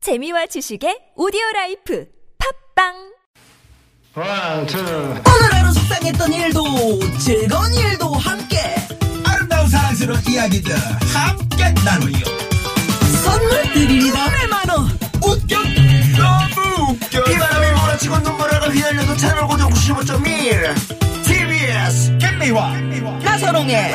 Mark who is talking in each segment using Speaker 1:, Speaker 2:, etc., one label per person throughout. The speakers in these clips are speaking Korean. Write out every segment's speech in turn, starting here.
Speaker 1: 재미와 지식의 오디오 라이프 팝빵
Speaker 2: 아,
Speaker 3: One, two.
Speaker 2: 오늘 하루 속상했던 일도 즐거운 일도 함께
Speaker 4: 아름다운 사랑스러운 이야기들 함께 나누요
Speaker 2: 선물 드립니다 100만원
Speaker 4: 웃겨 너무 웃겨 이 바람이 몰아치고 눈물을 휘날려도 채널 고정 95.1 TBS 캔미와
Speaker 2: 나선홍의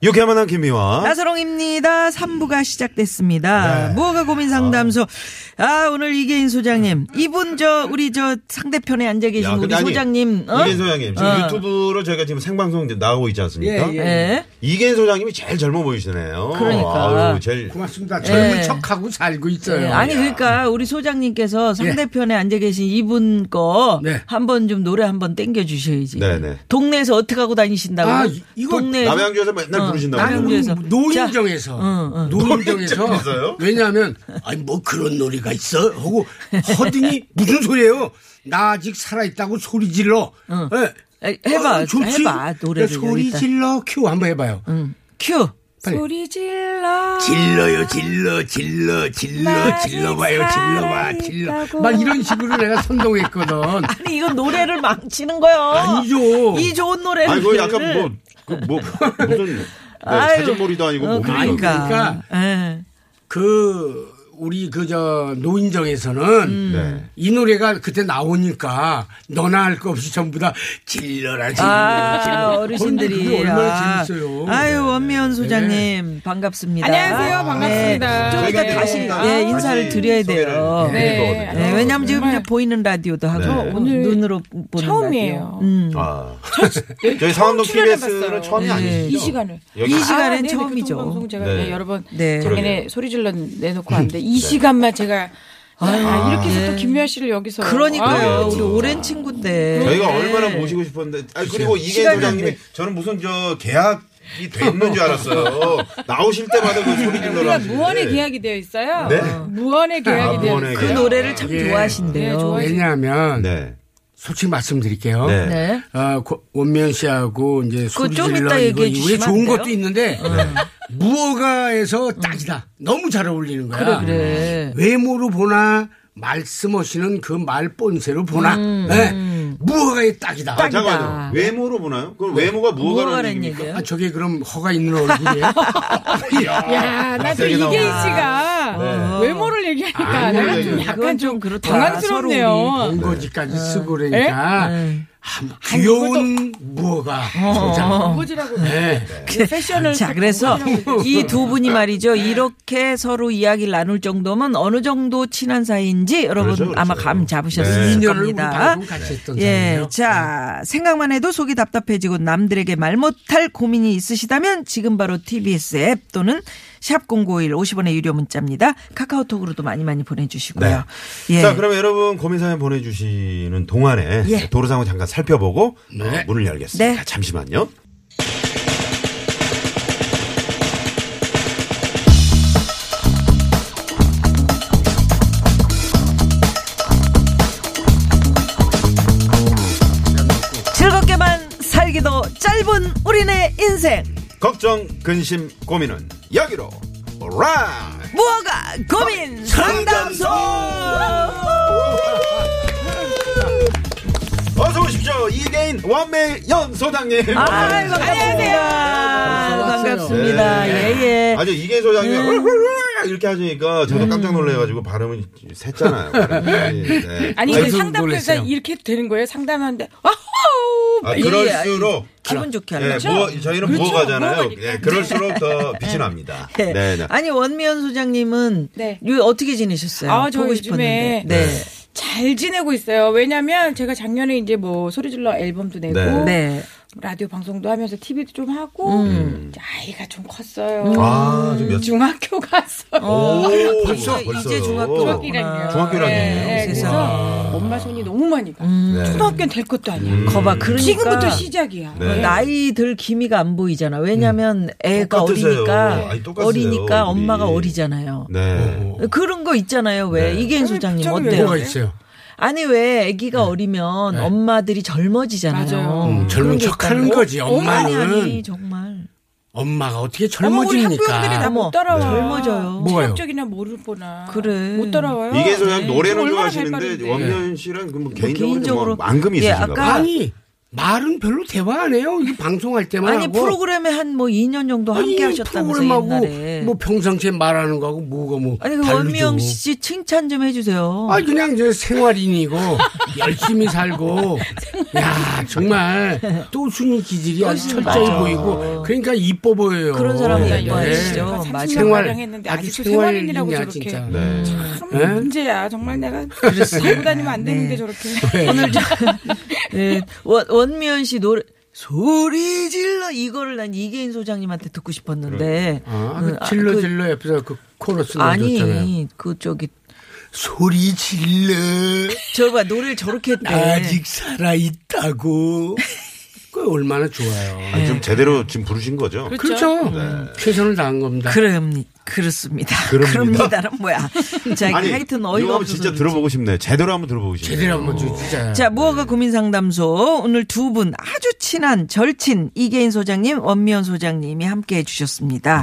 Speaker 5: 유쾌만한 김미화.
Speaker 2: 나선홍입니다 3부가
Speaker 5: 네.
Speaker 2: 시작됐습니다 무허가 고민 상담소 아 오늘 이계인 소장님 이분 저 우리 저 상대편에 앉아 계신 우리 소장님 어?
Speaker 5: 이겐 소장님 지금
Speaker 2: 어.
Speaker 5: 유튜브로 저희가 지금 생방송 이제 나오고 있지 않습니까?
Speaker 2: 예.
Speaker 5: 이겐 소장님이 제일 젊어 보이시네요.
Speaker 2: 그러니까.
Speaker 5: 어, 아유, 제일
Speaker 3: 고맙습니다. 젊은
Speaker 2: 예.
Speaker 3: 척하고 살고 있어요.
Speaker 2: 예, 아니 그러니까 우리
Speaker 5: 예.
Speaker 2: 소장님께서 상대편에 앉아 계신 이분 거
Speaker 3: 네.
Speaker 2: 한번 좀 노래 한번 땡겨 주셔야지.
Speaker 5: 네네.
Speaker 2: 동네에서 어떻게 하고 다니신다고?
Speaker 3: 아, 이- 이거
Speaker 2: 동네에서
Speaker 5: 남양주에서 맨날 부르신다고.
Speaker 3: 나는 우리
Speaker 2: 남양주에서.
Speaker 3: 음, 노인정에서 노인정에서
Speaker 5: 노인정에서요?
Speaker 3: 왜냐하면 아니 뭐 그런 놀이가 있어 하고 허등이 무슨 소리예요? 나 아직 살아 있다고 소리 질러. 예.
Speaker 2: 에, 해봐.
Speaker 3: 아, 좋지.
Speaker 2: 해봐. 노래를
Speaker 3: 소리
Speaker 2: 여기다.
Speaker 3: 질러 큐 한번 해봐요.
Speaker 2: 큐.
Speaker 3: 빨리.
Speaker 2: 소리 질러.
Speaker 3: 질러요 질러 질러 질러 질러봐요 질러봐 질러 막 이런 식으로 내가 선동했거든.
Speaker 2: 아니 이건 노래를 망치는 거예요.
Speaker 3: 아니죠.
Speaker 2: 이 좋은 노래를.
Speaker 5: 아니, 그거 약간 뭐, 그 뭐, 무슨 네,
Speaker 2: 아유.
Speaker 5: 사진몰이도 아니고
Speaker 2: 어,
Speaker 5: 뭐,
Speaker 2: 그러니까.
Speaker 3: 그러니까.
Speaker 2: 예.
Speaker 3: 그 우리 그 저 노인정에서는
Speaker 5: 네.
Speaker 3: 이 노래가 그때 나오니까 너나 할 거 없이 전부 다 질러라 질러
Speaker 2: 아,
Speaker 3: 질러.
Speaker 2: 어르신들이.
Speaker 3: 그게 얼마나
Speaker 2: 아.
Speaker 3: 재밌어요.
Speaker 2: 아유, 원미연 소장님, 반갑습니다. 네.
Speaker 6: 안녕하세요. 반갑습니다.
Speaker 2: 좀 이따
Speaker 6: 네.
Speaker 2: 다시, 예, 인사를 드려야 돼요.
Speaker 6: 네. 어,
Speaker 2: 네, 왜냐면 지금 그냥 보이는 라디오도 하고
Speaker 5: 네.
Speaker 6: 오늘
Speaker 2: 눈으로 보는
Speaker 6: 처음이에요.
Speaker 2: 라디오. 음.
Speaker 5: 아. 저희 상암동 TBS는 처음이 아니시죠?
Speaker 6: 네. 이 시간을.
Speaker 5: 여기
Speaker 2: 네. 이 시간엔
Speaker 6: 네, 네,
Speaker 2: 처음이죠.
Speaker 6: 교통방송 제가
Speaker 5: 네. 음.
Speaker 6: 네, 여러 번
Speaker 2: 네.
Speaker 6: 작년에 소리 질러 내놓고 왔는데 이 시간만 제가 아, 이렇게 해서 또 김미아 씨를 여기서
Speaker 2: 네. 그러니까요.
Speaker 6: 아유,
Speaker 2: 우리 오랜 친구인데.
Speaker 5: 저희가
Speaker 2: 네.
Speaker 5: 얼마나 모시고 싶었는데 아 그리고 이게
Speaker 2: 시간이 안
Speaker 5: 소장님이
Speaker 2: 돼.
Speaker 5: 저는 무슨 저 계약이 돼 있는 줄 알았어요. 나오실 때마다 그 소리
Speaker 2: 그러니까
Speaker 5: 네. 질러라.
Speaker 6: 우리가
Speaker 5: 하시는데.
Speaker 6: 무언의 계약이 되어 있어요.
Speaker 5: 네?
Speaker 6: 무언의 계약이
Speaker 5: 아,
Speaker 6: 되어
Speaker 5: 무언의
Speaker 6: 있어요.
Speaker 2: 그 노래를 참
Speaker 3: 예.
Speaker 2: 좋아하신대요.
Speaker 6: 네, 좋아해요.
Speaker 3: 왜냐하면
Speaker 5: 네.
Speaker 3: 솔직히 말씀드릴게요.
Speaker 5: 네.
Speaker 2: 네. 그
Speaker 3: 아, 고- 원면 씨하고 이제 소리
Speaker 2: 좀
Speaker 3: 질러
Speaker 2: 이따
Speaker 3: 이거
Speaker 2: 얘기해
Speaker 3: 이후에
Speaker 2: 주시면
Speaker 3: 좋은
Speaker 2: 안 돼요? 네.
Speaker 3: 것도 있는데 무허가에서 딱이다. 너무 잘 어울리는 거야. 음.
Speaker 2: 그래, 그래.
Speaker 3: 외모로 보나 말씀하시는 그 말본세로 보나
Speaker 2: 음.
Speaker 3: 네. 무허가의 딱이다.
Speaker 5: 아, 잠깐만요. 외모로 보나요? 그럼 외모가 무엇가라는
Speaker 2: 뭐, 무어가란
Speaker 5: 얘기입니까?
Speaker 2: 얘기예요?
Speaker 3: 아, 저게 그럼 허가 있는 얼굴이에요?
Speaker 6: 야, 나도
Speaker 5: 세게
Speaker 6: 이계인
Speaker 5: 아, 나오네.
Speaker 6: 씨가 외모를 얘기하니까
Speaker 3: 아,
Speaker 6: 내가
Speaker 3: 네,
Speaker 6: 좀
Speaker 3: 네.
Speaker 6: 약간 좀
Speaker 2: 그렇다.
Speaker 6: 당황스럽네요.
Speaker 3: 본거지까지
Speaker 2: 어.
Speaker 3: 쓰고
Speaker 2: 네?
Speaker 3: 그러니까 아, 뭐 귀여운 무허가
Speaker 2: 어.
Speaker 3: 소장.
Speaker 6: 뭐지라고
Speaker 3: 네.
Speaker 6: 패션을
Speaker 2: 자, 그래서 이 두 분이 말이죠. 이렇게 서로 이야기를 나눌 정도면 어느 정도 친한 사이인지 여러분
Speaker 5: 그렇죠, 그렇죠.
Speaker 2: 아마 감
Speaker 5: 네.
Speaker 2: 잡으셨을
Speaker 3: 인연을 우리
Speaker 2: 겁니다.
Speaker 3: 방금 같이 했던
Speaker 2: 예,
Speaker 3: 사람이에요. 네.
Speaker 2: 자, 생각만 해도 속이 답답해지고 남들에게 말 못할 고민이 있으시다면 지금 바로 TBS 앱 또는 샵0951 50원의 유료 문자입니다. 카카오톡으로도 많이 많이 보내주시고요. 예.
Speaker 5: 네. 자, 그럼 여러분 고민 사연 보내주시는 동안에
Speaker 2: 예.
Speaker 5: 도로 상황 잠깐 살펴보고
Speaker 3: 네.
Speaker 5: 어, 문을 열겠습니다.
Speaker 2: 네.
Speaker 5: 잠시만요.
Speaker 2: 즐겁게만 살기도 짧은 우리네 인생.
Speaker 5: 걱정, 근심, 고민은 여기로 오라.
Speaker 2: 무허가 고민 상담소!
Speaker 5: 어서 오십시오. 이계인 원매 연 소장님.
Speaker 2: 아, 반갑습니다. 반갑습니다.
Speaker 5: 네.
Speaker 2: 예, 예.
Speaker 5: 아주 이계 소장이 음. 이렇게 하시니까 저도 깜짝 놀래가지고 발음이 샜잖아요. 발음이. 네.
Speaker 3: 아니,
Speaker 6: 아니 그
Speaker 3: 좀
Speaker 6: 상담에서
Speaker 3: 놀랐어요.
Speaker 6: 이렇게 되는 거예요. 상담하는데 아호
Speaker 5: 아,
Speaker 2: 예,
Speaker 5: 그럴수록
Speaker 2: 기분 좋게
Speaker 5: 예,
Speaker 2: 하려고.
Speaker 5: 무어- 저희는
Speaker 6: 그렇죠.
Speaker 5: 무어가잖아요.
Speaker 6: 무어가니까.
Speaker 5: 예, 그럴수록 더 빛이 납니다.
Speaker 2: 네.
Speaker 5: 네, 네.
Speaker 2: 아니 원미연 소장님은
Speaker 6: 네.
Speaker 2: 요- 어떻게 지내셨어요?
Speaker 6: 아, 저
Speaker 2: 보고
Speaker 6: 요즘에
Speaker 2: 싶었는데. 네.
Speaker 6: 잘 지내고 있어요. 왜냐면 제가 작년에 이제 뭐 소리질러 앨범도 내고
Speaker 5: 네.
Speaker 2: 네.
Speaker 6: 라디오 방송도 하면서 TV도 좀 하고
Speaker 2: 음.
Speaker 6: 이제 아이가 좀 컸어요.
Speaker 5: 아, 지금 몇
Speaker 6: 중학교 갔어요.
Speaker 5: 오, 어.
Speaker 2: 아, 벌써 이제 중학교
Speaker 6: 중학교라니요.
Speaker 5: 중학교
Speaker 6: 네,
Speaker 5: 아니에요.
Speaker 6: 그래서 엄마 손이 너무 많이 가.
Speaker 5: 네. 음.
Speaker 6: 초등학교는 될 것도 아니야.
Speaker 2: 음. 거봐 그러니까
Speaker 6: 지금부터 시작이야.
Speaker 5: 네.
Speaker 2: 나이 들 기미가 안 보이잖아. 왜냐면 애가
Speaker 5: 똑같으세요.
Speaker 2: 어리니까
Speaker 5: 아니, 똑같으세요,
Speaker 2: 어리니까
Speaker 5: 우리.
Speaker 2: 엄마가 어리잖아요.
Speaker 5: 네.
Speaker 2: 그런 거 있잖아요. 왜 이계인 소장님
Speaker 6: 저기 왜
Speaker 2: 어때요?
Speaker 3: 뭐가 있어요?
Speaker 2: 아니 왜 아기가 어리면 엄마들이 젊어지잖아요.
Speaker 6: 맞아요.
Speaker 3: 음, 젊은
Speaker 2: 그런 게
Speaker 3: 척하는
Speaker 2: 있다는
Speaker 3: 거지.
Speaker 2: 거? 아니
Speaker 3: 엄마는
Speaker 2: 아니 정말
Speaker 3: 엄마가 어떻게
Speaker 6: 어머, 우리 학부형들이
Speaker 3: 젊어지니까.
Speaker 6: 나
Speaker 2: 어머,
Speaker 6: 못 따라와.
Speaker 2: 젊어져요.
Speaker 3: 뭐가요?
Speaker 6: 체력적이나 모를 뻔나.
Speaker 2: 그래.
Speaker 6: 못 따라와요. 네.
Speaker 5: 이게
Speaker 2: 네.
Speaker 5: 그냥 노래는
Speaker 6: 얼마나
Speaker 5: 좋아하시는데
Speaker 6: 발빠른데.
Speaker 5: 원면 씨랑 그뭐
Speaker 2: 개인적으로-
Speaker 5: 개인적으로 뭐 앙금이
Speaker 2: 예,
Speaker 5: 있으신가
Speaker 2: 아까-
Speaker 5: 봐요.
Speaker 3: 아니 말은 별로 대화 안 해요. 이 방송할 때만
Speaker 2: 아니
Speaker 3: 하고.
Speaker 2: 프로그램에 한 뭐 2년 정도
Speaker 3: 아니,
Speaker 2: 함께 하셨다면서
Speaker 3: 프로그램하고
Speaker 2: 옛날에.
Speaker 3: 뭐 평상시에 말하는 거하고 뭐가 뭐
Speaker 2: 아니 그
Speaker 3: 다르죠.
Speaker 2: 원미영 씨 칭찬 좀 해주세요.
Speaker 3: 아 그냥 이제 생활인이고 열심히 살고 야 정말 또 순위 기질이 아주 철저히 보이고 그러니까 이뻐 보여요.
Speaker 2: 그렇죠. 그런 사람은
Speaker 3: 예.
Speaker 2: 이뻐하시죠.
Speaker 6: 네.
Speaker 2: 맞아요.
Speaker 3: 생활,
Speaker 6: 생활 했는데
Speaker 3: 아주
Speaker 6: 아직도
Speaker 3: 생활인이냐,
Speaker 6: 생활인이라고 저렇게.
Speaker 3: 진짜.
Speaker 5: 네.
Speaker 6: 참 문제야. 정말 내가 살고 다니면 안 되는데 저렇게.
Speaker 2: 오늘 저, 네,
Speaker 3: 뭐.
Speaker 2: 원, 원미연 씨 노래 소리 질러 이거를 난 이계인 소장님한테 듣고 싶었는데
Speaker 3: 아,
Speaker 2: 음,
Speaker 3: 그
Speaker 2: 아,
Speaker 3: 질러
Speaker 2: 그-
Speaker 3: 질러 옆에서 그 코러스 넣어줬잖아요.
Speaker 2: 아니 그 저기
Speaker 3: 소리 질러
Speaker 2: 저봐 노래를 저렇게 했대.
Speaker 3: 아직 살아 있다고. 그 얼마나 좋아요.
Speaker 5: 아니,
Speaker 2: 예.
Speaker 5: 지금 제대로 지금 부르신 거죠?
Speaker 3: 그렇죠. 최선을 다한 겁니다.
Speaker 2: 그럼 그렇습니다.
Speaker 5: 그럽니다.
Speaker 2: 는 뭐야? 자, 하여튼 어이가
Speaker 5: 이거
Speaker 2: 없어서
Speaker 5: 진짜
Speaker 2: 그렇지.
Speaker 5: 들어보고 싶네. 제대로 한번 들어보고 싶네.
Speaker 3: 제대로 한번 주- 주자.
Speaker 2: 자, 무허가 고민 상담소 오늘 두 분 아주 친한 절친 이계인 소장님, 원미연 소장님이 함께 해 주셨습니다.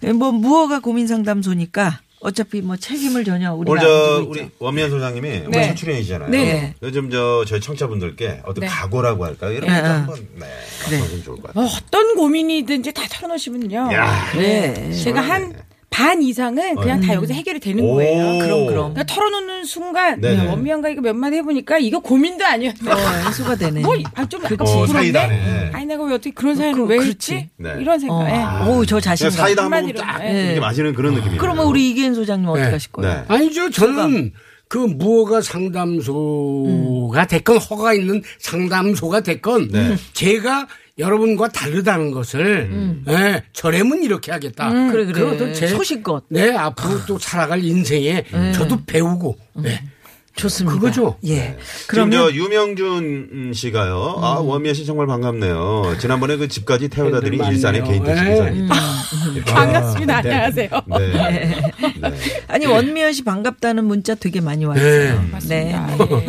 Speaker 5: 네.
Speaker 2: 뭐 무허가 고민 상담소니까 어차피 뭐 책임을 전혀 우리가
Speaker 5: 오늘
Speaker 2: 안
Speaker 5: 어, 저
Speaker 2: 지고 있죠.
Speaker 5: 우리 원미연 소장님이 오늘
Speaker 6: 네.
Speaker 5: 첫 출연이시잖아요.
Speaker 2: 네.
Speaker 5: 요즘 저 저희 청자분들께 어떤
Speaker 6: 네.
Speaker 5: 각오라고 할까요? 이런 것도
Speaker 2: 네.
Speaker 5: 한번 네. 맞춰보면 좋을 것 같아요.
Speaker 6: 어떤 고민이든지 다 털어놓으시면요.
Speaker 5: 야.
Speaker 2: 네.
Speaker 6: 제가 한 반 이상은 그냥 다 여기서 해결이 되는
Speaker 5: 오.
Speaker 2: 아,
Speaker 6: 거예요.
Speaker 5: 그럼, 그럼.
Speaker 6: 그러니까 털어놓는 순간
Speaker 5: 네네.
Speaker 6: 원미연과 이거 몇 마디 해보니까 이거 고민도 아니었네.
Speaker 2: 어, 해소가 되네.
Speaker 6: 뭐, 아, 좀 약간
Speaker 5: 어,
Speaker 6: 부끄럽네.
Speaker 5: 사이다네.
Speaker 6: 아니, 내가 왜 어떻게 그런 사연을 왜 했지?
Speaker 5: 네.
Speaker 6: 이런 생각. 예.
Speaker 2: 오, 어,
Speaker 5: 그냥
Speaker 2: 저 자신감. 아,
Speaker 5: 사이다 한 모금
Speaker 6: 한마디로.
Speaker 5: 딱
Speaker 6: 네.
Speaker 5: 이렇게 마시는 그런 느낌이에요.
Speaker 2: 그러면 우리 이계인 소장님 어떻게
Speaker 3: 네.
Speaker 2: 하실 거예요?
Speaker 5: 네.
Speaker 3: 아니죠. 저는 그 무허가
Speaker 5: 음.
Speaker 3: 상담소가 됐건 허가 있는 상담소가 됐건
Speaker 5: 네.
Speaker 3: 제가 여러분과 다르다는 것을
Speaker 5: 음.
Speaker 3: 예, 저렴은 이렇게 하겠다.
Speaker 2: 음, 그래, 그래.
Speaker 3: 그것도 제
Speaker 2: 소신껏. 음.
Speaker 3: 네 앞으로 또 살아갈 인생에 저도 배우고 네.
Speaker 2: 좋습니다.
Speaker 3: 그거죠.
Speaker 2: 예.
Speaker 5: 네. 지금
Speaker 2: 그러면
Speaker 5: 저 유명준 씨가요. 아
Speaker 3: 음.
Speaker 5: 원미연 씨 정말 반갑네요. 지난번에 그 집까지 태워다 드린
Speaker 3: 팬들
Speaker 5: 일산의 개인
Speaker 3: 많네요.
Speaker 5: 택시
Speaker 3: 네.
Speaker 2: 음,
Speaker 5: 기사입니다.
Speaker 6: 반갑습니다.
Speaker 2: 아,
Speaker 6: 안녕하세요.
Speaker 5: 네. 네.
Speaker 2: 아니 원미연 씨 반갑다는 문자 되게 많이 왔어요. 네.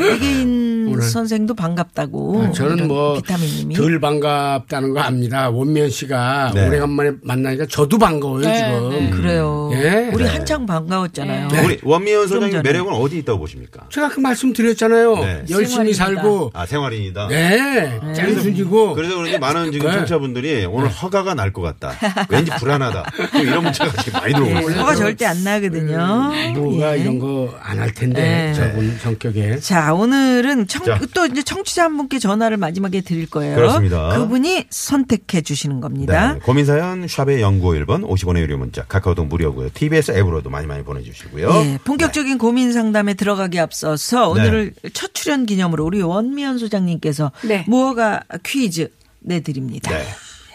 Speaker 2: 이계인 선생도 반갑다고.
Speaker 3: 저는
Speaker 2: 음. 어, 이런
Speaker 3: 뭐
Speaker 2: 비타민님이
Speaker 3: 덜 반갑다는 거 압니다. 원면 씨가
Speaker 5: 네.
Speaker 3: 오래간만에 만나니까 저도 반가워요 지금.
Speaker 2: 그래요.
Speaker 3: 예.
Speaker 2: 네, 어, 우리
Speaker 5: 네.
Speaker 2: 한창 반가웠잖아요.
Speaker 5: 우리 원미연 소장님
Speaker 2: 네. 좀 전에.
Speaker 5: 매력은 어디 있다고 보십니까?
Speaker 3: 제가 그 말씀 드렸잖아요.
Speaker 5: 네.
Speaker 3: 열심히
Speaker 2: 생활입니다.
Speaker 3: 살고
Speaker 5: 아 생활인이다.
Speaker 3: 네, 짠순이고
Speaker 5: 그래서 그런지 많은 지금
Speaker 3: 네.
Speaker 5: 청취자분들이 오늘 허가가 날 것 같다. 왠지 불안하다. 좀 이런 문자가 지금 많이 들어오고 있어요.
Speaker 2: 예,
Speaker 5: 네,
Speaker 2: 뭐가 네. 절대 안 나거든요.
Speaker 3: 뭐가
Speaker 2: 예.
Speaker 3: 이런 거 안 할 텐데
Speaker 2: 네.
Speaker 3: 저분 성격에
Speaker 2: 자, 오늘은 청,
Speaker 5: 자.
Speaker 2: 또 이제 청취자 한 분께 전화를 마지막에 드릴 거예요.
Speaker 5: 그렇습니다.
Speaker 2: 그분이 선택해 주시는 겁니다.
Speaker 5: 네, 고민사연 샵의 0951번 50원의 유료 문자 카카오톡 무료고요. TBS 앱으로도 많이 많이 보내주시고요.
Speaker 2: 예, 본격적인 고민 상담에 들어가기 앞서서
Speaker 5: 네.
Speaker 2: 오늘 첫 출연 기념으로 우리 원미연 소장님께서
Speaker 6: 네.
Speaker 2: 무허가 퀴즈 내드립니다. 예,
Speaker 5: 네.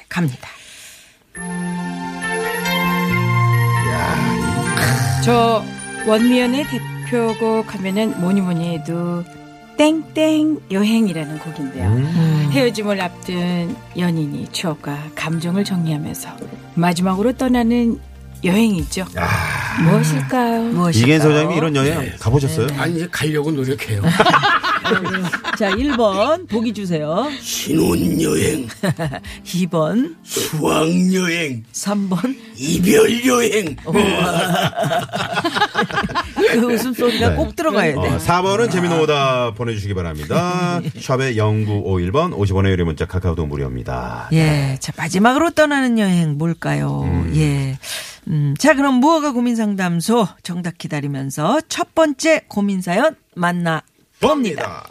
Speaker 2: 갑니다.
Speaker 6: 저 원미연의 대표곡 하면은 뭐니 뭐니 해도 땡땡 여행이라는 곡인데요. 음. 헤어짐을 앞둔 연인이 추억과 감정을 정리하면서 마지막으로 떠나는 여행이죠. 무엇일까요?
Speaker 2: 무엇일까요? 네.
Speaker 5: 이겐 소장님이 이런 여행
Speaker 3: 네.
Speaker 5: 가보셨어요?
Speaker 3: 아니 이제 가려고 노력해요.
Speaker 2: 아, 자, 1번 보기 주세요.
Speaker 3: 신혼여행,
Speaker 2: 2번,
Speaker 3: 수학여행,
Speaker 2: 3번.
Speaker 3: 이별여행.
Speaker 2: 그 웃음소리가
Speaker 5: 네.
Speaker 2: 꼭 들어가야 돼.
Speaker 5: 어, 4번은 재미노 오다 보내주시기 바랍니다. 샵의 0951번 50원의 유료 문자 카카오톡 무료입니다.
Speaker 2: 예. 자, 마지막으로 떠나는 여행 뭘까요? 예. 음, 자, 그럼 무허가 고민 상담소 정답 기다리면서 첫 번째 고민 사연 만나
Speaker 5: 봅니다.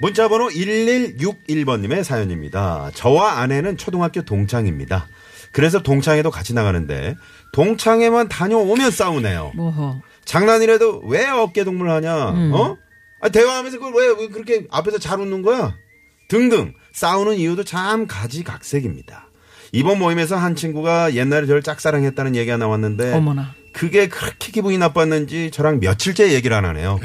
Speaker 5: 문자번호 1161번님의 사연입니다. 저와 아내는 초등학교 동창입니다. 그래서 동창회도 같이 나가는데 동창회만 다녀오면 싸우네요.
Speaker 2: 뭐허.
Speaker 5: 장난이라도 왜 어깨 동무하냐? 어? 아, 대화하면서 그걸 왜, 왜 그렇게 앞에서 잘 웃는 거야? 등등 싸우는 이유도 참 가지각색입니다. 이번 모임에서 한 친구가 옛날에 저를 짝사랑했다는 얘기가 나왔는데
Speaker 2: 어머나.
Speaker 5: 그게 그렇게 기분이 나빴는지 저랑 며칠째 얘기를 안 하네요.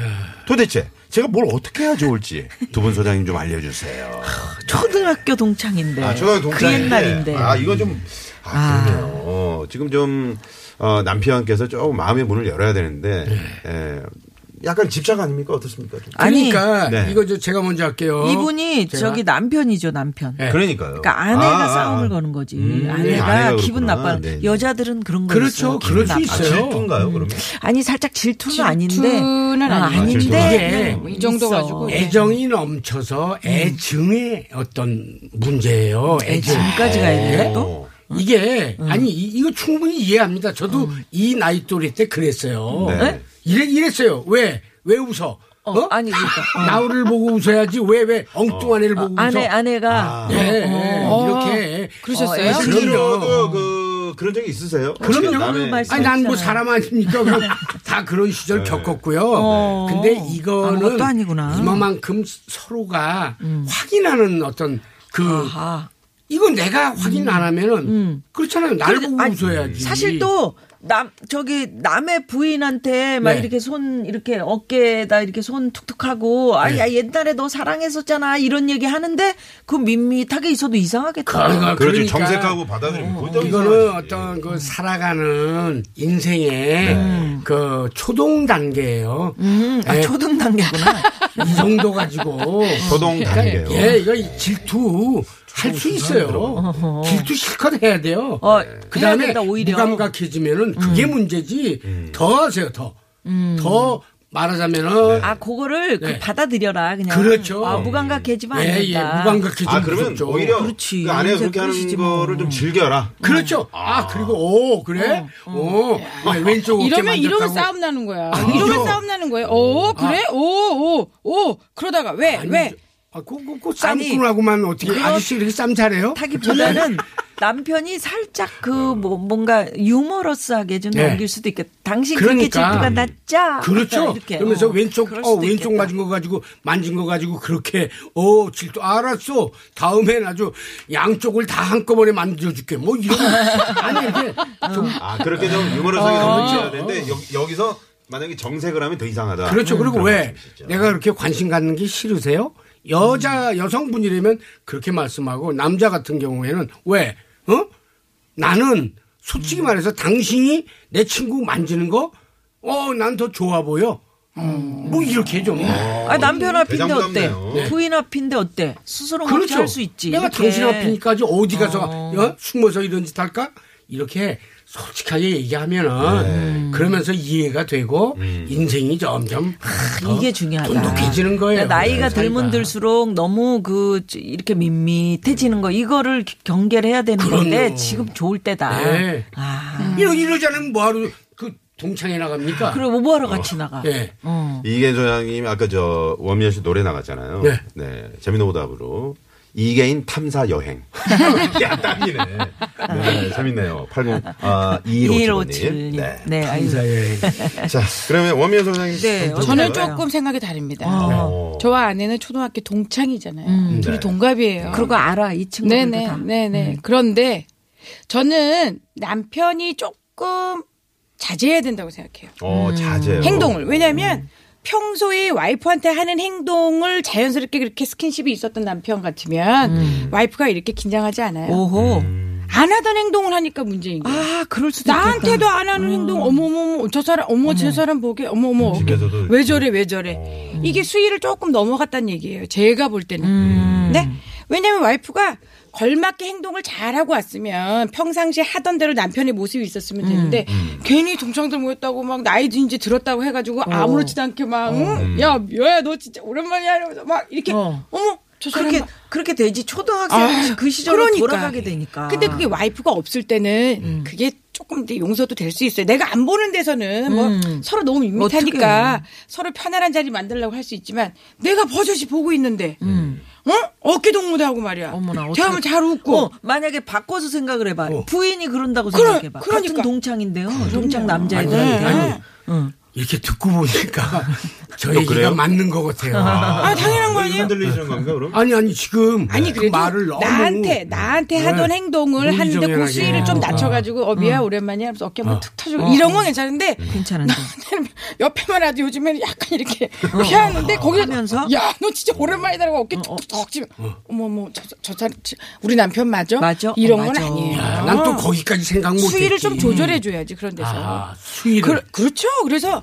Speaker 5: 도대체 제가 뭘 어떻게 해야 좋을지 두 분 소장님 좀 알려주세요.
Speaker 2: 초등학교 동창인데.
Speaker 5: 아, 초등학교 동창인데.
Speaker 2: 그 옛날인데.
Speaker 5: 아, 이거 좀, 아, 그러네요. 지금 좀, 어, 남편께서 조금 마음의 문을 열어야 되는데 예, 약간 집착 아닙니까 어떻습니까? 좀.
Speaker 2: 아니
Speaker 3: 그러니까
Speaker 5: 네.
Speaker 3: 이거 저 제가 먼저 할게요.
Speaker 2: 이분이
Speaker 3: 제가.
Speaker 2: 저기 남편이죠 남편.
Speaker 3: 네.
Speaker 5: 그러니까요.
Speaker 2: 그러니까 아내가
Speaker 5: 아, 아, 아.
Speaker 2: 싸움을 거는 거지. 아내가
Speaker 5: 아내가
Speaker 2: 기분
Speaker 5: 그렇구나.
Speaker 2: 나빠.
Speaker 5: 네, 네.
Speaker 2: 여자들은 그런 거
Speaker 3: 그렇죠.
Speaker 2: 있어요. 기분
Speaker 3: 그럴 수
Speaker 2: 나빠.
Speaker 5: 아,
Speaker 3: 있어요. 음.
Speaker 5: 질투인가요 그러면?
Speaker 2: 아니 살짝 질투는 아닌데.
Speaker 6: 질투는
Speaker 2: 아,
Speaker 6: 아니에요.
Speaker 5: 질투는
Speaker 2: 아닌데.
Speaker 3: 아니에요.
Speaker 6: 뭐이 정도
Speaker 2: 있어.
Speaker 6: 가지고 예.
Speaker 3: 애정이 넘쳐서 애증의 어떤 문제예요. 애증.
Speaker 2: 네, 애증까지 가야 돼요 또.
Speaker 5: 어.
Speaker 3: 이게 아니 이- 이거 충분히 이해합니다. 저도
Speaker 2: 음.
Speaker 3: 이 나이 또래 때 그랬어요.
Speaker 5: 네.
Speaker 3: 이래 이랬어요. 왜 왜 웃어?
Speaker 2: 어, 아니, 그러니까. 어.
Speaker 3: 나우를 보고 웃어야지 왜 왜 엉뚱한 애를 보고
Speaker 2: 아내 네, 어,
Speaker 3: 웃어?
Speaker 2: 아내가
Speaker 3: 예, 예, 이렇게
Speaker 6: 그러셨어요?
Speaker 3: 어,
Speaker 5: 실제로도
Speaker 3: 그럼요.
Speaker 5: 아, 그 그런 적이 있으세요?
Speaker 3: 그럼요.
Speaker 5: 남의-
Speaker 2: 그런 말씀-
Speaker 3: 아니 난 뭐 사람 아닙니까? 그럼 다 그런 시절 겪었고요. 근데 이거는
Speaker 2: 어. 아무것도 아니구나. 음.
Speaker 3: 이만큼 서로가 확인하는 어떤 그
Speaker 2: 아하.
Speaker 3: 이거 내가 확인 안 하면은 그렇잖아요. 나를
Speaker 2: 그래도-
Speaker 3: 보고
Speaker 2: 아니,
Speaker 3: 웃어야지.
Speaker 2: 사실 또 남 저기 남의 부인한테 막
Speaker 3: 네.
Speaker 2: 이렇게 손 이렇게 어깨에다 이렇게 손 툭툭하고
Speaker 3: 네.
Speaker 2: 아야 옛날에 너 사랑했었잖아 이런 얘기 하는데 그 밋밋하게 있어도 이상하겠다.
Speaker 3: 그러니까
Speaker 5: 그렇지
Speaker 3: 그러니까
Speaker 5: 그렇죠. 정색하고 받아들이고
Speaker 3: 이거는 어떤 그 살아가는 인생의 그 초동 단계예요.
Speaker 2: 네. 음, 아,
Speaker 3: 예,
Speaker 2: 초등 단계구나.
Speaker 3: 이 정도 가지고
Speaker 5: 초동 단계요.
Speaker 3: 예, 이거 이 질투 할 수 있어요. 질투 실컷 해야 돼요.
Speaker 2: 어,
Speaker 3: 그
Speaker 2: 해야
Speaker 3: 다음에
Speaker 2: 된다, 오히려. 음.
Speaker 3: 무감각해지면은 그게 문제지.
Speaker 5: 음.
Speaker 3: 더 하세요, 더. 더 말하자면은
Speaker 2: 아, 그거를 그
Speaker 3: 네.
Speaker 2: 받아들여라 그냥.
Speaker 3: 그렇죠.
Speaker 2: 아, 무감각해지면 안
Speaker 3: 예, 예,
Speaker 2: 된다.
Speaker 3: 무감각해지면
Speaker 5: 아 그러면
Speaker 3: 무섭죠.
Speaker 5: 오히려 음.
Speaker 2: 그렇지.
Speaker 5: 그 아내가
Speaker 2: 이제
Speaker 5: 그렇게 하는
Speaker 2: 끝이지 뭐.
Speaker 5: 거를 좀 즐겨라.
Speaker 3: 그렇죠. 아, 그리고 오
Speaker 2: 어,
Speaker 3: 그래? 오 왜 왼쪽 뭐 어깨
Speaker 6: 이러면
Speaker 3: 만졌다고.
Speaker 6: 이러면 싸움 나는 거야.
Speaker 3: 아니죠.
Speaker 6: 이러면 싸움 나는 거예요. 오 그래? 오 오 오 그러다가 왜 왜?
Speaker 3: 아, 그, 그, 그
Speaker 2: 아니,
Speaker 3: 쌈꾼하고만 어떻게 아저씨 이렇게 쌈 잘해요?
Speaker 2: 타기보다는 남편이 살짝 그 뭐, 뭔가 유머러스하게 좀
Speaker 3: 네.
Speaker 2: 넘길 수도 있겠다. 당신 그렇게
Speaker 3: 그러니까.
Speaker 2: 질투가 났자.
Speaker 3: 그렇죠.
Speaker 2: 이렇게.
Speaker 3: 그러면서
Speaker 2: 어,
Speaker 3: 왼쪽
Speaker 2: 그럴
Speaker 3: 어
Speaker 2: 수도
Speaker 3: 왼쪽
Speaker 2: 있겠다.
Speaker 3: 맞은 거 가지고 만진 거 가지고 그렇게 어 질투 알았어. 다음엔 아주 양쪽을 다 한꺼번에 만져줄게. 뭐 이런 아니 이게 좀
Speaker 5: 아 그렇게
Speaker 2: 어.
Speaker 5: 좀 유머러스하게 넘겨야 되는데 여, 기서 만약에 정색을 하면 더 이상하다.
Speaker 3: 어. 그렇죠. 그리고
Speaker 5: 아, 네, 그런
Speaker 3: 왜
Speaker 5: 말씀이시죠.
Speaker 3: 내가 그렇게 관심 갖는 게 싫으세요? 여자 여성분이라면 그렇게 말씀하고 남자 같은 경우에는 왜 어? 나는 솔직히 말해서 당신이 내 친구 만지는 거 어, 난 더 좋아 보여. 뭐 이렇게 좀
Speaker 5: 어.
Speaker 2: 아, 남편 앞인데
Speaker 5: 대장부
Speaker 2: 어때?
Speaker 5: 같네요.
Speaker 2: 부인 앞인데 어때? 스스로 그렇
Speaker 3: 그렇죠.
Speaker 2: 할수 있지.
Speaker 3: 내가
Speaker 2: 이렇게.
Speaker 3: 당신 앞이니까지 어디 가서 어, 숨어서 이런 짓 할까? 이렇게 솔직하게
Speaker 5: 네.
Speaker 3: 얘기하면은 그러면서 이해가 되고
Speaker 5: 음.
Speaker 3: 인생이 점점 더
Speaker 2: 이게 중요하다.
Speaker 3: 돈독해지는 거예요.
Speaker 2: 그러니까 나이가
Speaker 3: 네,
Speaker 2: 들면
Speaker 3: 살다.
Speaker 2: 들수록 너무 그 이렇게 밋밋해지는 거 이거를 경계를 해야 되는 건데
Speaker 3: 그럼요.
Speaker 2: 지금 좋을 때다.
Speaker 3: 네.
Speaker 2: 아.
Speaker 3: 이러 이러자는 뭐하러 그 동창회 나갑니까?
Speaker 2: 그럼 뭐 하러 같이 나가?
Speaker 3: 예.
Speaker 2: 어.
Speaker 5: 이계조 양님 아까 저 원미연 씨 노래 나갔잖아요.
Speaker 3: 네.
Speaker 5: 재미노 보답으로 이계인 탐사 여행. 야 땀이네. 네, 재밌네요. 80 아, 2157님.
Speaker 2: 2157님.
Speaker 5: 네.
Speaker 2: 네, 아유.
Speaker 3: 인사여행.
Speaker 5: 자, 그러면 원미연 소장님.
Speaker 2: 네,
Speaker 5: 좀
Speaker 6: 저는
Speaker 5: 볼까요?
Speaker 6: 조금 생각이 다릅니다.
Speaker 5: 어.
Speaker 6: 저와 아내는 초등학교 동창이잖아요. 둘이
Speaker 5: 네.
Speaker 6: 동갑이에요.
Speaker 2: 그거 알아 이 친구들도
Speaker 6: 네네,
Speaker 2: 다.
Speaker 6: 네네. 그런데 저는 남편이 조금 자제해야 된다고 생각해요.
Speaker 5: 어,
Speaker 2: 네.
Speaker 5: 자제요.
Speaker 6: 음, 행동을. 왜냐면 하
Speaker 2: 음.
Speaker 6: 평소에 와이프한테 하는 행동을 자연스럽게 그렇게 스킨십이 있었던 남편 같으면
Speaker 2: 음.
Speaker 6: 와이프가 이렇게 긴장하지 않아요.
Speaker 2: 오호.
Speaker 5: 음.
Speaker 6: 안 하던 행동을 하니까 문제인 거예요.
Speaker 2: 아, 그럴 수도 음.
Speaker 6: 나한테도 안 하는 행동, 어머머머, 저 사람, 어머, 저 사람 보게, 어머머,
Speaker 5: 음, 집에서도 어.
Speaker 6: 왜 저래, 왜 저래. 이게 수위를 조금 넘어갔다는 얘기예요. 제가 볼
Speaker 2: 음.
Speaker 6: 때는. 네? 왜냐면 와이프가 걸맞게 행동을 잘하고 왔으면 평상시에 하던 대로 남편의 모습이 있었으면
Speaker 2: 음.
Speaker 6: 되는데
Speaker 5: 음.
Speaker 6: 괜히 동창들 모였다고 막 나이도 이제 들었다고 해가지고
Speaker 2: 어.
Speaker 6: 아무렇지도 않게 막, 응? 야, 야, 너 진짜 오랜만이야. 이러면서 막 이렇게,
Speaker 2: 어.
Speaker 6: 어. 머저 사람
Speaker 2: 그렇게
Speaker 6: 막
Speaker 2: 그렇게 되지 초등학생
Speaker 6: 아,
Speaker 2: 그 시절로
Speaker 6: 그러니까.
Speaker 2: 돌아가게 되니까. 음.
Speaker 6: 근데 그게 와이프가 없을 때는 그게 조금 이제 용서도 될 수 있어요. 내가 안 보는 데서는 뭐
Speaker 2: 음.
Speaker 6: 서로 너무 밋밋하니까 서로 편안한 자리 만들려고 할 수 있지만 내가 버젓이 보고 있는데 어? 어깨 동무대하고 말이야.
Speaker 2: 음. 어머나, 어떡해.
Speaker 6: 대하면 잘 웃고
Speaker 2: 어, 만약에 바꿔서 생각을 해봐. 부인이 그런다고
Speaker 6: 뭐? 그래,
Speaker 2: 생각해봐.
Speaker 6: 그러니까.
Speaker 2: 같은 동창인데요. 동창 남자애들한테.
Speaker 3: 아니,
Speaker 2: 네. 응.
Speaker 3: 이렇게 듣고 보니까 저
Speaker 5: 또
Speaker 3: 얘기가
Speaker 5: 그래요?
Speaker 3: 맞는 것 같아요.
Speaker 6: 아, 당연한 거 아니에요?
Speaker 5: 흔들리시는 건가 그럼?
Speaker 3: 아니 아니 지금
Speaker 6: 아니
Speaker 3: 어. 그
Speaker 6: 그래도
Speaker 3: 말을 너무
Speaker 6: 나한테 나한테 하던
Speaker 3: 네.
Speaker 6: 행동을 하는데 그
Speaker 3: 무기정연하게.
Speaker 6: 수위를 좀 낮춰가지고 어 미야 오랜만이야 하면서 어깨 한번 툭 터주고 이런 건 괜찮은데
Speaker 3: 음.
Speaker 2: 괜찮은데.
Speaker 6: 옆에만 하도 요즘에는 약간 이렇게 피하는데 거기서
Speaker 2: 하면서?
Speaker 6: 야너 진짜 오랜만이다라고 어깨 툭툭 치면 어머 어머 저, 저, 저, 저 우리 남편 맞아?
Speaker 2: 맞아?
Speaker 6: 이런
Speaker 2: 어,
Speaker 6: 건
Speaker 2: 맞아.
Speaker 6: 아니에요. 어.
Speaker 3: 난
Speaker 2: 어.
Speaker 3: 또 거기까지 생각 못했지.
Speaker 6: 수위를 좀 조절해 줘야지 그런 데서.
Speaker 3: 아, 수위를
Speaker 6: 그, 그렇죠. 그래서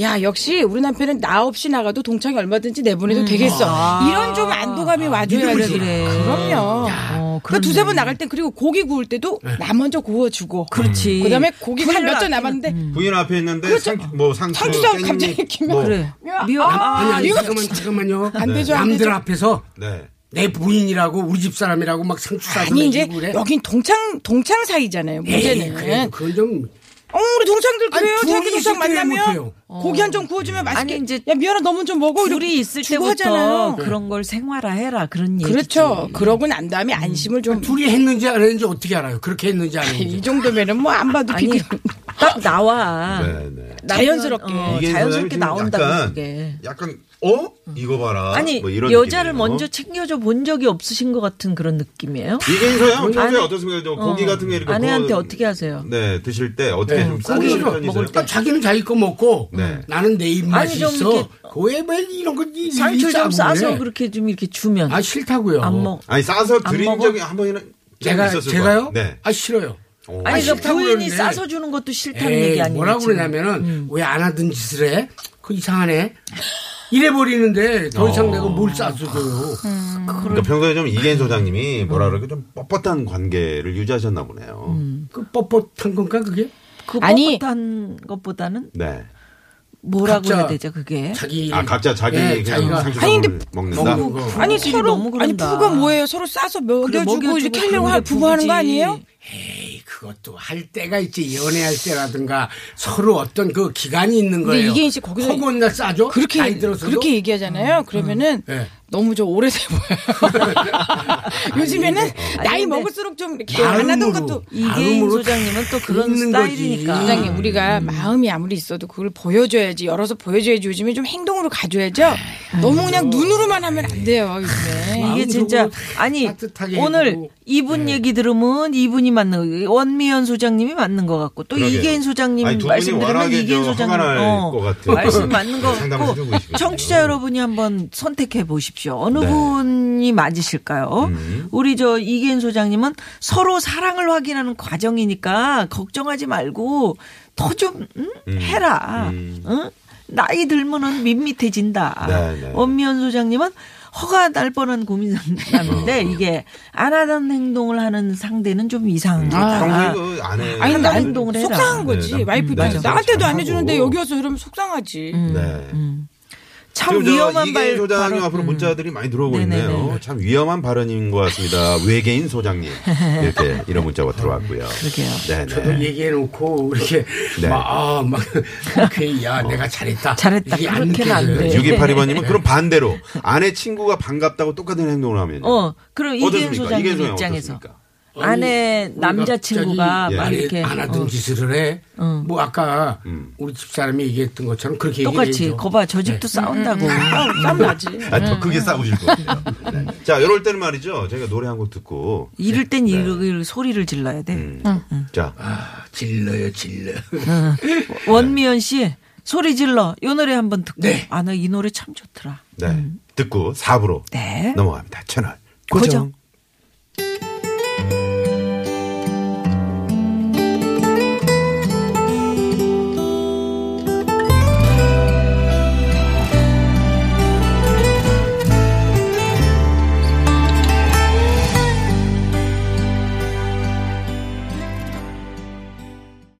Speaker 6: 야 역시 우리 남편은 나 없이 나가도 동창이 얼마든지 내보내도 되겠어. 이런 좀 안도감이 와줘야
Speaker 2: 음. 아. 믿음이지.
Speaker 6: 되지.
Speaker 2: 그래.
Speaker 6: 그럼요.
Speaker 2: 어,
Speaker 6: 그 두세
Speaker 2: 그렇네.
Speaker 6: 번 나갈 땐 그리고 고기 구울 때도
Speaker 3: 네.
Speaker 6: 나 먼저 구워주고.
Speaker 2: 그렇지.
Speaker 6: 그다음에 고기가
Speaker 2: 불을
Speaker 6: 한몇점
Speaker 2: 아끼는-
Speaker 6: 남았는데
Speaker 5: 부인 앞에 있는데 상, 뭐 상추,
Speaker 6: 상추장
Speaker 5: 깻잎,
Speaker 6: 갑자기 김-
Speaker 5: 뭐,
Speaker 2: 그래.
Speaker 6: 야,
Speaker 2: 미워.
Speaker 6: 아,
Speaker 3: 아니 아니
Speaker 6: 이거
Speaker 3: 잠깐만 잠깐만요.
Speaker 6: 안 되죠, 안
Speaker 3: 남들
Speaker 6: 되죠.
Speaker 3: 앞에서
Speaker 5: 네.
Speaker 3: 내 부인이라고 우리 집 사람이라고 막 상추 싸고
Speaker 6: 아니 이제
Speaker 3: 먹이고 그래.
Speaker 6: 여긴 동창 동창 사이잖아요.
Speaker 3: 에이,
Speaker 6: 문제는.
Speaker 3: 예, 그래 그건 좀
Speaker 6: 어 우리 동창들
Speaker 3: 아니,
Speaker 6: 그래요.
Speaker 3: 둘이
Speaker 6: 자기 동창
Speaker 3: 있을 때
Speaker 6: 만나면 어.
Speaker 3: 못해요.
Speaker 6: 고기 한 점 구워주면 맛있게.
Speaker 2: 아니, 이제
Speaker 6: 야 미연아 너 먼저 먹어.
Speaker 2: 둘이
Speaker 6: 이렇게
Speaker 2: 있을
Speaker 6: 주고
Speaker 2: 때부터
Speaker 6: 하잖아요.
Speaker 2: 그런 걸 생활화해라 그런 얘기.
Speaker 6: 그렇죠. 그러고 난 다음에 안심을 좀.
Speaker 3: 둘이 했는지 안 했는지 어떻게 알아요? 그렇게 했는지 안
Speaker 6: 이
Speaker 3: 했는지.
Speaker 6: 정도면은 뭐 안 봐도
Speaker 2: 아니
Speaker 6: 비교.
Speaker 2: 딱 나와.
Speaker 5: 네, 네.
Speaker 2: 남편,
Speaker 6: 자연스럽게.
Speaker 2: 아, 어,
Speaker 5: 이게 사람이
Speaker 2: 자연스럽게
Speaker 5: 지금
Speaker 2: 나온다고
Speaker 5: 약간,
Speaker 2: 그게.
Speaker 5: 약간 어? 이거 봐라.
Speaker 2: 아니
Speaker 5: 뭐 이런
Speaker 2: 여자를
Speaker 5: 느낌이에요.
Speaker 2: 먼저 챙겨줘 본 적이 없으신 것 같은 그런 느낌이에요.
Speaker 5: 이게 저요. 평소에 어떻습니까? 좀 고기 같은 거 이렇게
Speaker 2: 아내한테
Speaker 5: 구워-
Speaker 2: 어떻게 하세요?
Speaker 5: 네 드실 때 어떻게 좀
Speaker 3: 고기
Speaker 5: 싸우시는
Speaker 3: 싫어.
Speaker 5: 편이세요?
Speaker 3: 그러니까 먹을 때. 자기는 자기 거 먹고
Speaker 5: 네.
Speaker 3: 나는 내 입맛이
Speaker 2: 아니, 좀
Speaker 3: 있어.
Speaker 2: 이렇게
Speaker 3: 왜왜 이런 거 이- 이
Speaker 2: 상추 좀
Speaker 3: 싸고
Speaker 2: 싸서
Speaker 3: 그래.
Speaker 2: 그렇게 좀 이렇게 주면
Speaker 3: 아 싫다고요.
Speaker 2: 안 먹.
Speaker 5: 아니 싸서 드린
Speaker 2: 먹어?
Speaker 5: 적이 한 번이나
Speaker 3: 제가
Speaker 5: 있었을
Speaker 3: 제가요?
Speaker 5: 거예요. 네.
Speaker 3: 아 싫어요.
Speaker 2: 아니
Speaker 3: 아,
Speaker 2: 그
Speaker 3: 싫다고
Speaker 2: 부인이
Speaker 3: 그러는데.
Speaker 2: 싸서 주는 것도 싫다는
Speaker 3: 에이,
Speaker 2: 얘기 아니에요.
Speaker 3: 뭐라고
Speaker 2: 지금? 음.
Speaker 3: 그러냐면은 왜 안 하던 짓을 해? 그 이상하네. 이래 버리는데 더 이상 내가
Speaker 5: 어.
Speaker 3: 뭘 싸줘요.
Speaker 2: 음.
Speaker 5: 그러니까 평소에 좀 이계인 소장님이 뭐라 그럴까 좀 뻣뻣한 관계를 유지하셨나 보네요.
Speaker 3: 그 뻣뻣한 건가 그게?
Speaker 2: 그
Speaker 6: 아니.
Speaker 2: 뻣뻣한 것보다는
Speaker 5: 네.
Speaker 2: 뭐라고
Speaker 3: 각자
Speaker 2: 해야 되죠 그게.
Speaker 3: 자기
Speaker 5: 아 각자 자기
Speaker 3: 예,
Speaker 5: 그냥
Speaker 3: 자기가 그
Speaker 6: 아니,
Speaker 5: 상추를
Speaker 6: 근데
Speaker 5: 먹는다.
Speaker 3: 먹는 거.
Speaker 6: 아니
Speaker 2: 둘이
Speaker 6: 서로
Speaker 2: 너무
Speaker 6: 아니
Speaker 2: 그런다.
Speaker 6: 부부가 뭐예요? 서로 싸서
Speaker 2: 그래,
Speaker 6: 먹여주고
Speaker 2: 먹여주고
Speaker 6: 이렇게 하려고
Speaker 2: 그런
Speaker 6: 할
Speaker 2: 게
Speaker 6: 부부하는
Speaker 2: 부부지.
Speaker 6: 거 아니에요?
Speaker 3: 에이 그것도 할 때가 있지 연애할 때라든가 서로 어떤 그 기간이 있는
Speaker 6: 근데
Speaker 3: 거예요.
Speaker 6: 이게 이제 거기서
Speaker 3: 허구나 싸줘.
Speaker 6: 그렇게
Speaker 3: 나이 들어서
Speaker 6: 그렇게 얘기하잖아요. 그러면은
Speaker 3: 예.
Speaker 6: 너무 저 오래돼 보여요. 요즘에는 나이 먹을수록 좀 이렇게 안 하던 것도
Speaker 2: 이계인
Speaker 3: 마음으로
Speaker 2: 소장님은 또 그런
Speaker 3: 있는 거지.
Speaker 2: 스타일이니까.
Speaker 6: 굉장히 우리가 마음이 아무리 있어도 그걸 보여줘야지 열어서 보여줘야지 요즘에 좀 행동으로 가져야죠. 너무 그냥 눈으로만 하면 안 돼요 요즘에.
Speaker 2: 네. 이게
Speaker 3: 마음속으로
Speaker 2: 진짜 아니
Speaker 3: 따뜻하게
Speaker 2: 오늘
Speaker 3: 해주고.
Speaker 5: 네.
Speaker 2: 이분 얘기 들으면 이분이 맞는 거- 원미연 소장님이 맞는 것 같고 또
Speaker 5: 그러게요.
Speaker 2: 이계인 소장님
Speaker 5: 아니, 두 분이
Speaker 2: 말씀 들으면
Speaker 5: 워낙에
Speaker 2: 이계인
Speaker 5: 저
Speaker 2: 소장님
Speaker 5: 화가 날
Speaker 2: 어,
Speaker 5: 것 같아요. 네,
Speaker 2: 말씀 맞는 것
Speaker 5: 상담을 해주고 네.
Speaker 2: 같고
Speaker 5: 계시거든요.
Speaker 2: 청취자 여러분이 한번 선택해 보십시오 어느 분이 맞으실까요?
Speaker 5: 음.
Speaker 2: 우리 저 이계인 소장님은 서로 사랑을 확인하는 과정이니까 걱정하지 말고 더 좀
Speaker 5: 음.
Speaker 2: 해라. 응? 나이 들면은 밋밋해진다.
Speaker 5: 네, 네.
Speaker 2: 원미연 아, 소장님은 허가 날 뻔한
Speaker 5: 어.
Speaker 2: 고민인데 이게 안 하던 행동을 하는 상대는 좀 이상한
Speaker 5: 평소에
Speaker 2: 거다.
Speaker 5: 그 아내
Speaker 6: 아니 나
Speaker 2: 행동을 해라.
Speaker 6: 속상한 거지
Speaker 5: 네, 남-
Speaker 6: 와이프
Speaker 5: 네,
Speaker 6: 입장에서
Speaker 5: 남-
Speaker 6: 나한테도 안
Speaker 5: 잘하고.
Speaker 6: 해주는데 여기 와서 이러면 속상하지.
Speaker 5: 네.
Speaker 2: 참
Speaker 5: 지금 저
Speaker 2: 위험한
Speaker 5: 이계인
Speaker 2: 발.
Speaker 5: 소장님
Speaker 2: 발언. 음.
Speaker 5: 앞으로 문자들이 많이 들어오고
Speaker 2: 네네네.
Speaker 5: 있네요. 참 위험한 발언인 것 같습니다. 외계인 소장님 이렇게 이런 문자가 들어왔고요.
Speaker 2: 그러게요.
Speaker 5: 네,
Speaker 3: 저도
Speaker 5: 네.
Speaker 3: 얘기해놓고 이렇게 아,
Speaker 5: 네.
Speaker 3: 막아막그야 내가 잘했다.
Speaker 2: 잘했다.
Speaker 3: 이게 안
Speaker 2: 그렇게는 안 돼.
Speaker 3: 느껴져요.
Speaker 5: 6282번님은
Speaker 2: 네.
Speaker 5: 그럼 반대로 아내 친구가 반갑다고 똑같은 행동을 하면
Speaker 2: 어, 그럼 이계인
Speaker 5: 어떻습니까? 이계인
Speaker 2: 소장님
Speaker 5: 소장님
Speaker 2: 입장에서
Speaker 5: 어떻습니까? 예.
Speaker 2: 아내
Speaker 3: 우리
Speaker 2: 남자친구가
Speaker 3: 갑자기
Speaker 2: 막
Speaker 3: 아니,
Speaker 2: 이렇게
Speaker 3: 안 하던
Speaker 2: 어,
Speaker 3: 짓을 해. 뭐 아까 우리 집 사람이 얘기했던 것처럼 그렇게
Speaker 2: 똑같이
Speaker 3: 얘기해줘. 네. 음.
Speaker 2: 거봐 저 집도 싸운다고.
Speaker 6: 땀 나지.
Speaker 5: 아, 더 크게 싸우실 것 같아요. 네.
Speaker 2: 음.
Speaker 5: 자, 이럴 때는 말이죠. 저희가 노래 한 곡 듣고.
Speaker 2: 이럴
Speaker 5: 네.
Speaker 2: 땐 이럴, 이럴 소리를 질러야 돼.
Speaker 5: 음.
Speaker 2: 음.
Speaker 5: 자,
Speaker 3: 아, 질러요 질러.
Speaker 2: 원미연 씨 소리 질러. 요 노래 한번 듣고.
Speaker 3: 네.
Speaker 2: 아 나 이 노래 참 좋더라.
Speaker 5: 네. 듣고 4부로
Speaker 2: 네.
Speaker 5: 넘어갑니다. 채널
Speaker 2: 고정.
Speaker 5: 고정.